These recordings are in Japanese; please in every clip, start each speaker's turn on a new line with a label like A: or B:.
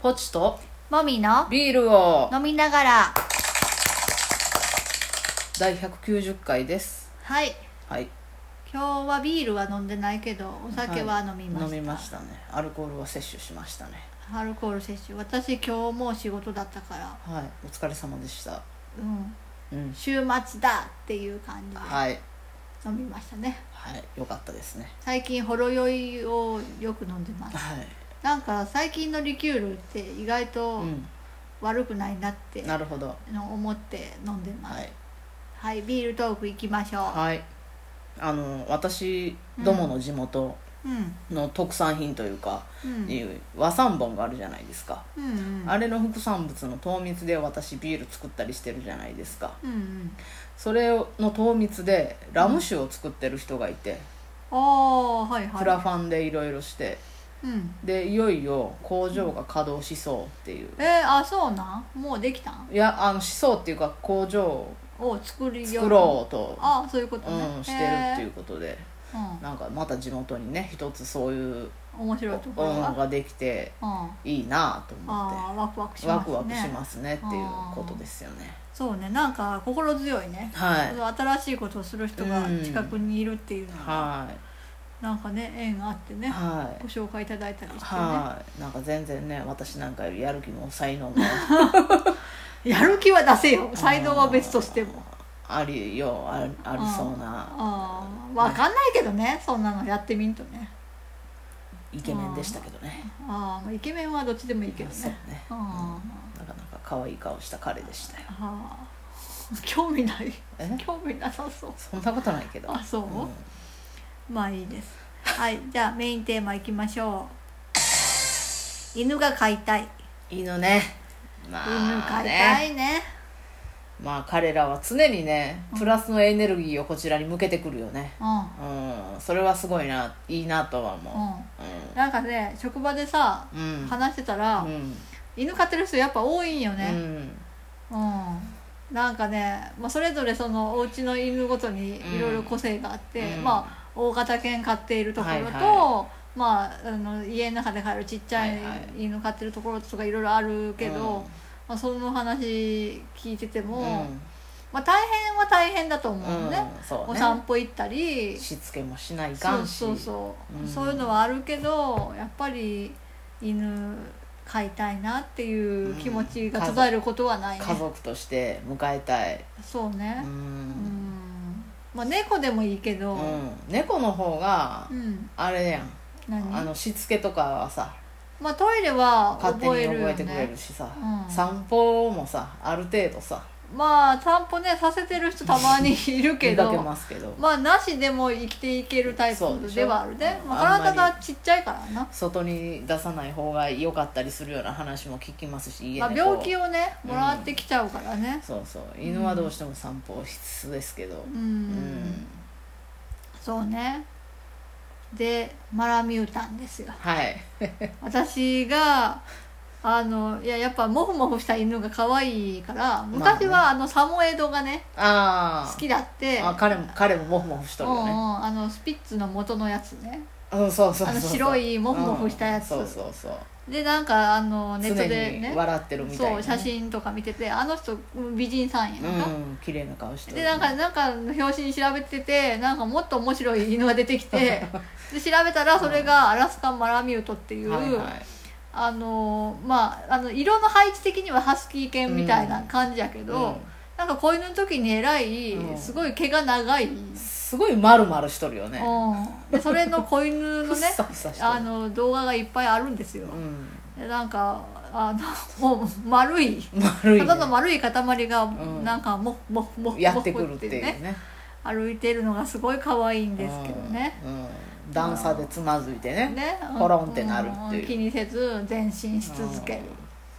A: ポチと
B: もみの
A: ビールを
B: 飲みながら
A: 第190回です
B: はい
A: はい
B: 今日はビールは飲んでないけどお酒は飲みました、
A: 飲みましたねアルコールは摂取しましたね
B: アルコール摂取私今日もう仕事だったから
A: はいお疲れ様でした
B: うん
A: うん
B: 週末だっていう感じ
A: はい
B: で飲みましたね
A: はい良かったですね
B: 最近ほろ酔いをよく飲んでます
A: はい
B: なんか最近のリキュールって意外と
A: うん
B: 悪くないなって
A: なるほど
B: の思って飲んでます
A: は
B: はい、
A: い
B: ビールトーク行きましょう
A: はいあの私どもの地元
B: うん
A: の特産品というか、
B: うん
A: いう和三盆があるじゃないですか、
B: うんうん
A: あれの副産物の糖蜜で私ビール作ったりしてるじゃないですか
B: うんうん
A: それの糖蜜でラム酒を作ってる人がいて、
B: ああはいはい
A: プラファンでいろいろして
B: うん
A: でいよいよ工場が稼働しそうっていう、
B: えー、あそうなんもうできたん
A: いやあのしそうっていうか工場を
B: を作りよ
A: 作ろうと、
B: あそういうことね、
A: うん、してるっていうことで
B: へー
A: なんかまた地元にね一つそういう
B: うん、面白いところ
A: も
B: が、
A: のができて
B: うん、あ
A: いいなと思って
B: あーワクワクしますね
A: ワクワクしますねっていうことですよね
B: そうねなんか心強いね、
A: はい
B: その新しいことをする人が近くにいるっていうのは、
A: は
B: なんかね縁があって
A: い
B: ね
A: は
B: ご
A: い
B: 紹介いただいたりしてね、
A: はいなんか全然ね私なんかよりやる気も才能も
B: やる気は出せよ 才能は別としても
A: ありようあありそうな
B: ああわかんないけどねそんなのやってみんとね
A: イケメンでしたけどね
B: ああイケメンはどっちでもいいけど
A: そう
B: ね
A: ね
B: ああ
A: なかなか可愛い顔した彼でしたよ
B: ああ興味ない
A: え
B: 興味なさそう
A: そんなことないけど
B: あそう
A: うん
B: まあいいですはいじゃあメインテーマいきましょう犬が飼いたい
A: 犬ね
B: 犬
A: ま
B: 飼
A: あ
B: いた
A: ね
B: いね
A: まあ彼らは常にねプラスのエネルギーをこちらに向けてくるよね
B: うん
A: うんそれはすごいないいなとは思
B: うん
A: うう
B: なんかね職場でさ
A: んうん
B: 話してたら、
A: うん
B: 犬飼ってる人やっぱ多いんよねうん、なんかね、まあ、それぞれそのお家の犬ごとにいろいろ個性があって、
A: うん
B: まあ大型犬飼っているところ
A: はい
B: と、
A: は
B: まあ、あの家の中で飼えるちっちゃい
A: はいはい
B: 犬飼ってるところとかいろいろあるけど、まあ、その話聞いてて
A: う
B: も、
A: ん
B: まあ、大変は大変だと
A: うん
B: 思うね,、
A: うんそう
B: お
A: ね
B: 散歩行ったり
A: しつけもしないか
B: そうん
A: し
B: そうそう、
A: うん
B: そういうのはあるけどやっぱり犬飼いたいなっていう気持ちが途絶えることはないね、
A: 家族として迎えたい
B: そう
A: う、
B: ね、うんんまあ、猫でもいいけ
A: う
B: ど、
A: ん猫の方が
B: うん
A: あれやん
B: 何
A: あのしつけとかはさ
B: まあ、トイレは
A: 勝手
B: 覚え
A: に
B: る
A: 覚
B: よ
A: えてくれ
B: ね
A: るしさ、
B: うん
A: 散歩もさある程度さ
B: まあ散歩ねさせてる人たまにいるけ
A: 見か
B: ど
A: けますけど
B: まあなしでも生きていけるタイ
A: そうで
B: プ
A: しょ
B: ではあるね
A: うん
B: ま
A: あ
B: あ、
A: んま
B: 体
A: り
B: がちっちゃいからな、
A: 外に出さない方が良かったりするような話も聞きますし家
B: まあ、
A: 猫
B: 病気をねもらってきちゃうからね
A: そうそう犬はどうしても散歩必須ですけど
B: うん、
A: うん
B: そうねでマラミュータンですよ
A: はい
B: 私があのいややっぱモフモフした犬が可愛いから昔はあのサモエドがね
A: あ
B: 好きだって
A: ああ彼も彼もモフモフしと
B: う
A: る
B: んう
A: よね
B: んあのスピッツの元のやつね
A: うんそうそうそうそう
B: あの白いモフモフしたやつ
A: うんそうそうそう
B: でなんかあのネットで
A: 常
B: ね
A: に笑ってるみたいな
B: そ
A: ね
B: う写真とか見ててあの人うん美人さんやんか、
A: うん綺麗な顔してる
B: でなんかなんかの表紙に調べててなんかもっと面白い犬が出てきて で調べたらそれがアラスカンマラミュートっていう、
A: はいはい
B: あのーまああの色の配置的にはハスキー犬みたいな感じやけど、
A: うん
B: なんか子犬の時に偉い、
A: うん
B: すごい毛が長い、うん
A: すごい丸々しとるよね
B: でそれの子犬の
A: ふっ
B: ね
A: さふさしとる
B: あの動画がいっぱいあるんですよ
A: う、ん
B: でなんかあのもう丸い
A: 丸いね
B: ただの丸い塊が
A: ん
B: なんかももも
A: やってくるっていうね
B: 歩いてるのがすごい可愛いんですけどね、
A: うんうん段差でつまずいてね
B: ね
A: ポロンってなるっていう
B: うん気にせず前進し続ける
A: うん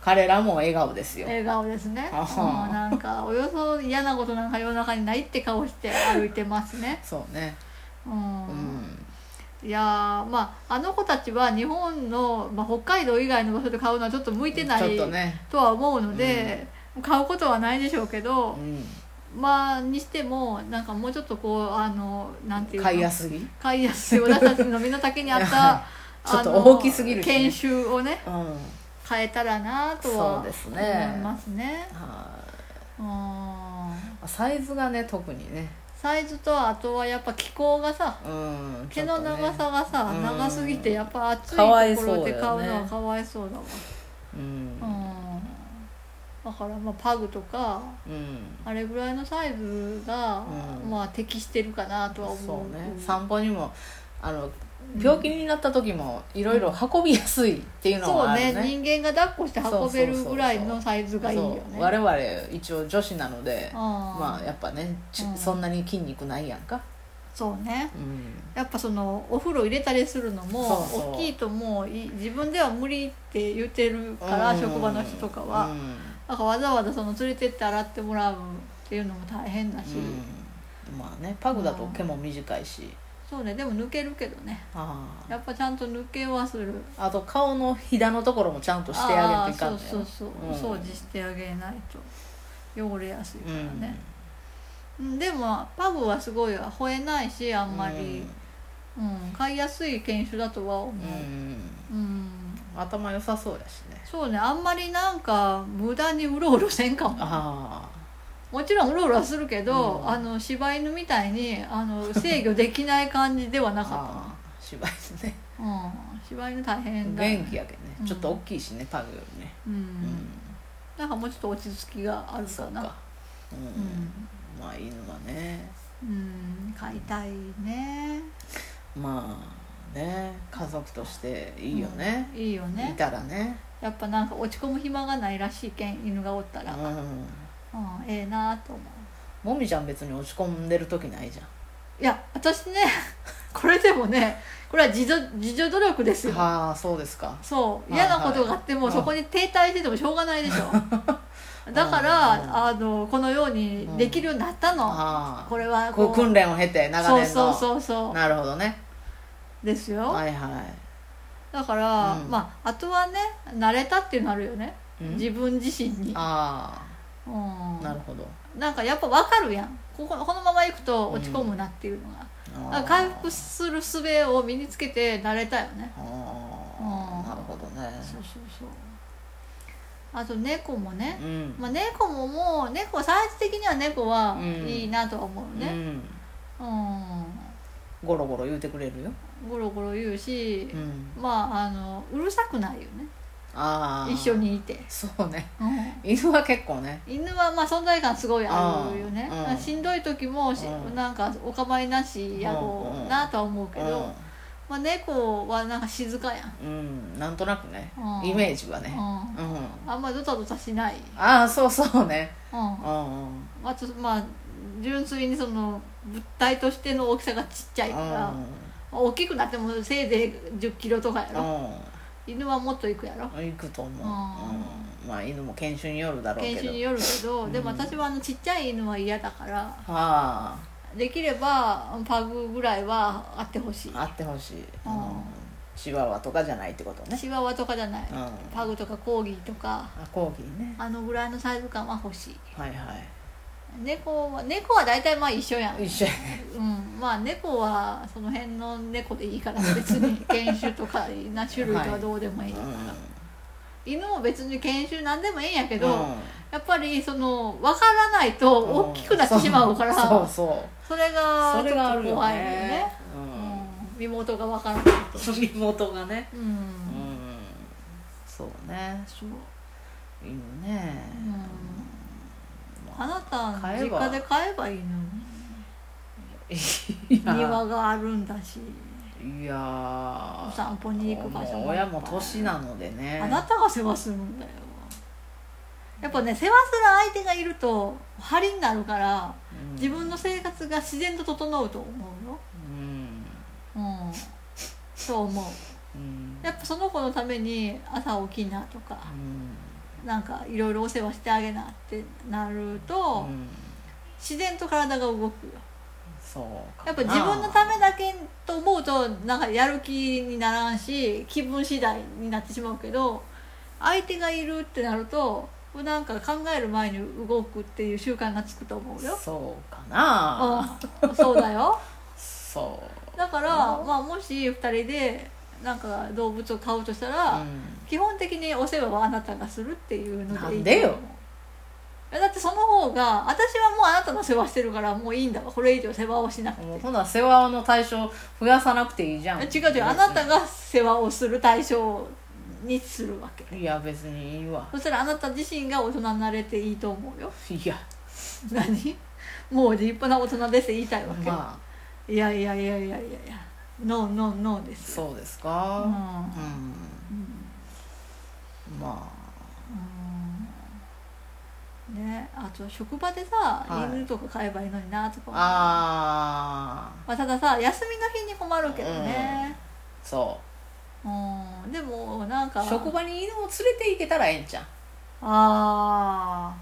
A: 彼らも笑顔ですよ
B: 笑顔ですね、
A: あは
B: うんなんかおよそ嫌なことなんか世の中にないって顔して歩いてますね
A: そうね
B: うん、
A: うん
B: いやーまああの子たちは日本の、まあ、北海道以外の場所で買うのはちょっと向いてない
A: ちょっとね
B: とは思うので、買うことはないでしょうけど、
A: うん
B: まあにしてもなんかもうちょっとこうあのなんていうの
A: 買いやすい
B: 買いやすい私たちの身の丈に合った
A: ちょっと
B: あの
A: 大きすぎるしね
B: 研修をね
A: うん
B: 変えたらなとは
A: そうです
B: 思
A: ね
B: いますね。
A: はい
B: うん
A: サイズがね特にね
B: サイズとあとはやっぱ気候がさ
A: うん
B: 毛の長
A: ちょっ
B: さがさ、
A: うん
B: 長すぎてやっぱ暑い
A: かわい
B: と
A: そうだ
B: ころ
A: よね
B: で買うのはかわいそうだわ
A: とね
B: うん、だからまあパグとか
A: うん、うん
B: あれぐらいのサイズが、
A: うん
B: まあ適してるかなとは思
A: そううね
B: ん
A: 散歩にもあの
B: うん
A: 病気になった時もいろいろ運びやすいっていうの
B: そ
A: は
B: う
A: あるね,、
B: ね人間が抱っこして運べるぐらいのサイズがいいよね
A: そう我々一応女子なのでま
B: ま
A: あやっぱね、ち
B: うん
A: そんなに筋肉ないやんか、
B: そうね
A: うん、
B: やっぱそのお風呂入れたりするのも
A: そうそう
B: 大きいともうい自分では無理って言ってるから、
A: うん
B: 職場の人とかは、
A: うん
B: なんかわざわざその連れてって洗ってもらうっていうのも大変だし、
A: うんまあねパグだと毛も短いし、
B: そうねでも抜けるけどね
A: ああ
B: やっぱちゃんと抜けはする
A: あと顔のひだのところもちゃんとしてあげていかん
B: あー
A: ね
B: そうそうそう、掃除してあげないと汚れやすいからね、うん、でもパグはすごい吠えないしあ
A: あ
B: んまり、うん飼いやすい犬種だとは思
A: うん、
B: ううん、
A: 頭良さそうやしね
B: そうねあんまりなんか無駄にうろうろせんかも
A: あ
B: もちろんうろうろはするけど、
A: うん
B: あの柴犬みたいにあの制御できない感じでは
A: あ
B: なかった
A: あ
B: な
A: あ芝居ね
B: うん、柴犬大変だ、
A: 元気やけどね、
B: うん
A: ちょっと大きいしねパグよりね
B: うん、
A: うん、
B: なんかもうちょっと落ち着きがあるか
A: そう
B: な
A: かうん、まあ犬はね
B: うん、うん、飼いたいね
A: まあね家族としていいよね、
B: うんいいよ
A: い
B: ね
A: たらね
B: やっぱなんか落ち込む暇がないらしいけん犬がおったら、うん
A: うん
B: ええなと思
A: もみちゃん別に落ち込んでる時ないじゃん
B: ういや私ね これでもねこれは自助自助努力ですよ
A: はあそうですか
B: そう
A: はいは
B: 嫌
A: い
B: なことがあっても、
A: うん
B: そこに停滞しててもしょうがないでし ょ だから、
A: うん
B: あのこのようにできるようになったの、
A: ああ
B: これは
A: こう訓練を経て長年の
B: そうそうそうそう
A: なるほどね
B: ですよ、
A: はいは
B: だから、
A: うん
B: まああとはね慣れたっていうのあるよね
A: いん
B: 自分自身に、
A: あ
B: う
A: あ
B: ん、
A: なるほど
B: なんかやっぱ分かるやんこここのままいくと落ち込むなっていうの
A: あ
B: が、だ
A: あ
B: から回復する術を身につけて慣れたよね
A: あ
B: う
A: あ
B: ん
A: なるほどね
B: そうそうそうあと猫もね、
A: うん
B: まあ、猫ももう猫サイズ的には猫は
A: うん
B: いいなとは思う
A: う
B: ね
A: ん
B: うん、
A: ゴロゴロ言うてくれるよ
B: ゴロゴロ言うし、
A: うん
B: まああのうるさくないよね
A: ああ
B: 一緒にいて、
A: そうね
B: うん
A: 犬は結構ね
B: 犬はまあ存在感すごいあるよね、
A: うんうん
B: だからしんどい時もし、
A: うん
B: なんかお構いなしやろうなとは思うけど、まあ、猫はなんか静かやん、
A: うんうんなんとなくね
B: うん
A: イメージはね
B: うん
A: うん
B: あんまりドタドタしない、
A: ああそうそうね
B: うん、
A: うんうん
B: あとまあ純粋にその物体としての大きさがちっちゃいから、まあ大きくなってもせいぜい1 0キロとかや
A: う
B: ろ、
A: ん
B: 犬はもっといくやろ
A: うん行くと思う
B: う
A: うんまあ犬も犬種によるだろう
B: 犬
A: け
B: 種
A: ど
B: によるけど、
A: うん
B: でも私はあのちっちゃい犬は嫌だから
A: あ
B: できればパグぐらいはあってほしい
A: ああってほしい
B: うん
A: うんチワワとかじゃないってことね
B: チワワとかじゃない、
A: うん
B: パグとかコーギーとか
A: あコーギーね
B: あのぐらいのサイズ感は欲しい
A: はいは
B: 猫は猫は大体まあ一緒やん、
A: い一緒や
B: うん、まあ猫はその辺の猫でいいから別 に犬種とかな種類とはどうでもいい、犬も別に犬種なんでもいいんやけ
A: け
B: ど、やっぱりその分からないと大きくなってしまうから、
A: そうそう
B: それが
A: そ
B: ち
A: れ
B: ょ
A: があ
B: っ
A: る
B: と
A: よ
B: 怖いよ
A: ね
B: ね、
A: う
B: うん
A: ん
B: 身元が分からないと、
A: 元がね
B: うん
A: うんそうね
B: そう、
A: 犬ね
B: うん、
A: ま
B: あなた
A: 買
B: 実
A: えば
B: 家で買えばいいのに
A: いや
B: 庭があるんだし
A: いやー
B: お散歩に行く場所
A: もう
B: いっぱい
A: 親も年なのでね
B: あなたが世話するんだよやっぱね世話する相手がいると張りになるから
A: うん
B: 自分の生活が自然と整うと思うよ
A: うん
B: うんそう思う
A: うん
B: やっぱその子のために朝起きなとかなんかいろいろお世話してあげなってなる
A: うん
B: と
A: うん
B: 自然と体が動くよ
A: そう
B: や
A: か
B: っぱ
A: な
B: 自分のためだけと思うとなんかやる気にならんし気分次第になってしまうけど相手がいるってなるとなんか考える前に動くっていう習慣がつくと思うよ。
A: そうかな
B: うん、そうだよ
A: そ
B: だから、まあ、もし2人でなんか動物を飼うとしたら、基本的にお世話はあなたがするっていうのでいいと思う
A: なんでよ
B: えだってその方が私はもうあなたの世話してるからもういいんだわこれ以上世話をしなく
A: う
B: て
A: ん、もうほな世話の対象増やさなくていいじゃん
B: 違う違うあなたが世話をする対象にするわけ
A: いや別にいいわ
B: そしたらあなた自身が大人になれていいと思うよ
A: いや
B: 何もう立派な大人ですって言いたいわけ、
A: まあ
B: いやいやいやいやいやいやノーノーノーですよ
A: そうですか
B: うん
A: うんま
B: うんねあと職場でさ、
A: はい
B: 犬とか飼えばいいのになとか思う
A: あああ
B: まあ、たださ休みの日に困るけどね、
A: そ
B: うんでもなんか
A: う職場に犬を連れて行けたらええんじゃん
B: ああ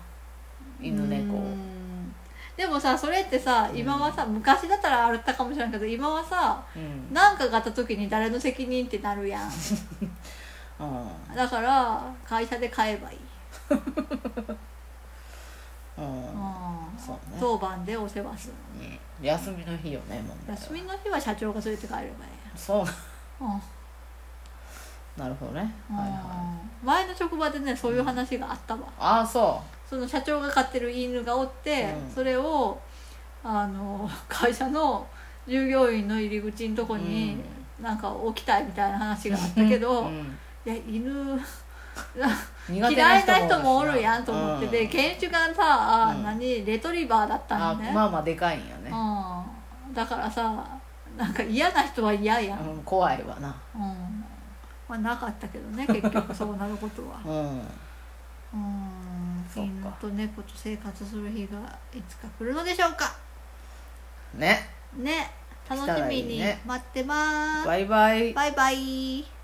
A: 犬猫を
B: うんでもさそれってさ今はさ、昔だったらあったかもしれないけど今はさ
A: うん、
B: 何かがあった時に誰の責任ってな るやん
A: うん
B: だから会社で買えばいい、
A: うん
B: うん
A: そうね
B: 当番でお世話する
A: うん休みの日よねもう
B: 休みの日は社長が連れて帰ればいい
A: そう
B: やん、うん
A: なるほどねはいはい
B: うん前の職場でねそういう話があったわ、
A: ああそ
B: その社長が飼ってる犬がおって、
A: うん
B: それをあの 会社の従業員の入り口のとこ
A: う
B: に
A: うん、
B: なんか置きたいみたいな話があったけど、
A: う
B: い
A: ん
B: や 犬
A: 苦手
B: 嫌いな
A: 多
B: 人もおるやんと思ってて、
A: うん
B: 犬種がさ、あ
A: うん
B: 何レトリバーだった
A: あ
B: のね、
A: まあまあでかいんやね、
B: うん、だからさなんか嫌な人は嫌やん、うん
A: うん、怖いわな
B: まあ、なかったけどね結局そうなることは
A: うん
B: うん
A: そうか
B: 犬と猫と生活する日がいつか来るのでしょうか
A: ね
B: ね楽
A: 来た
B: し
A: ら
B: み
A: いい
B: に
A: ね
B: 待ってます、
A: バイバイ
B: バイバイ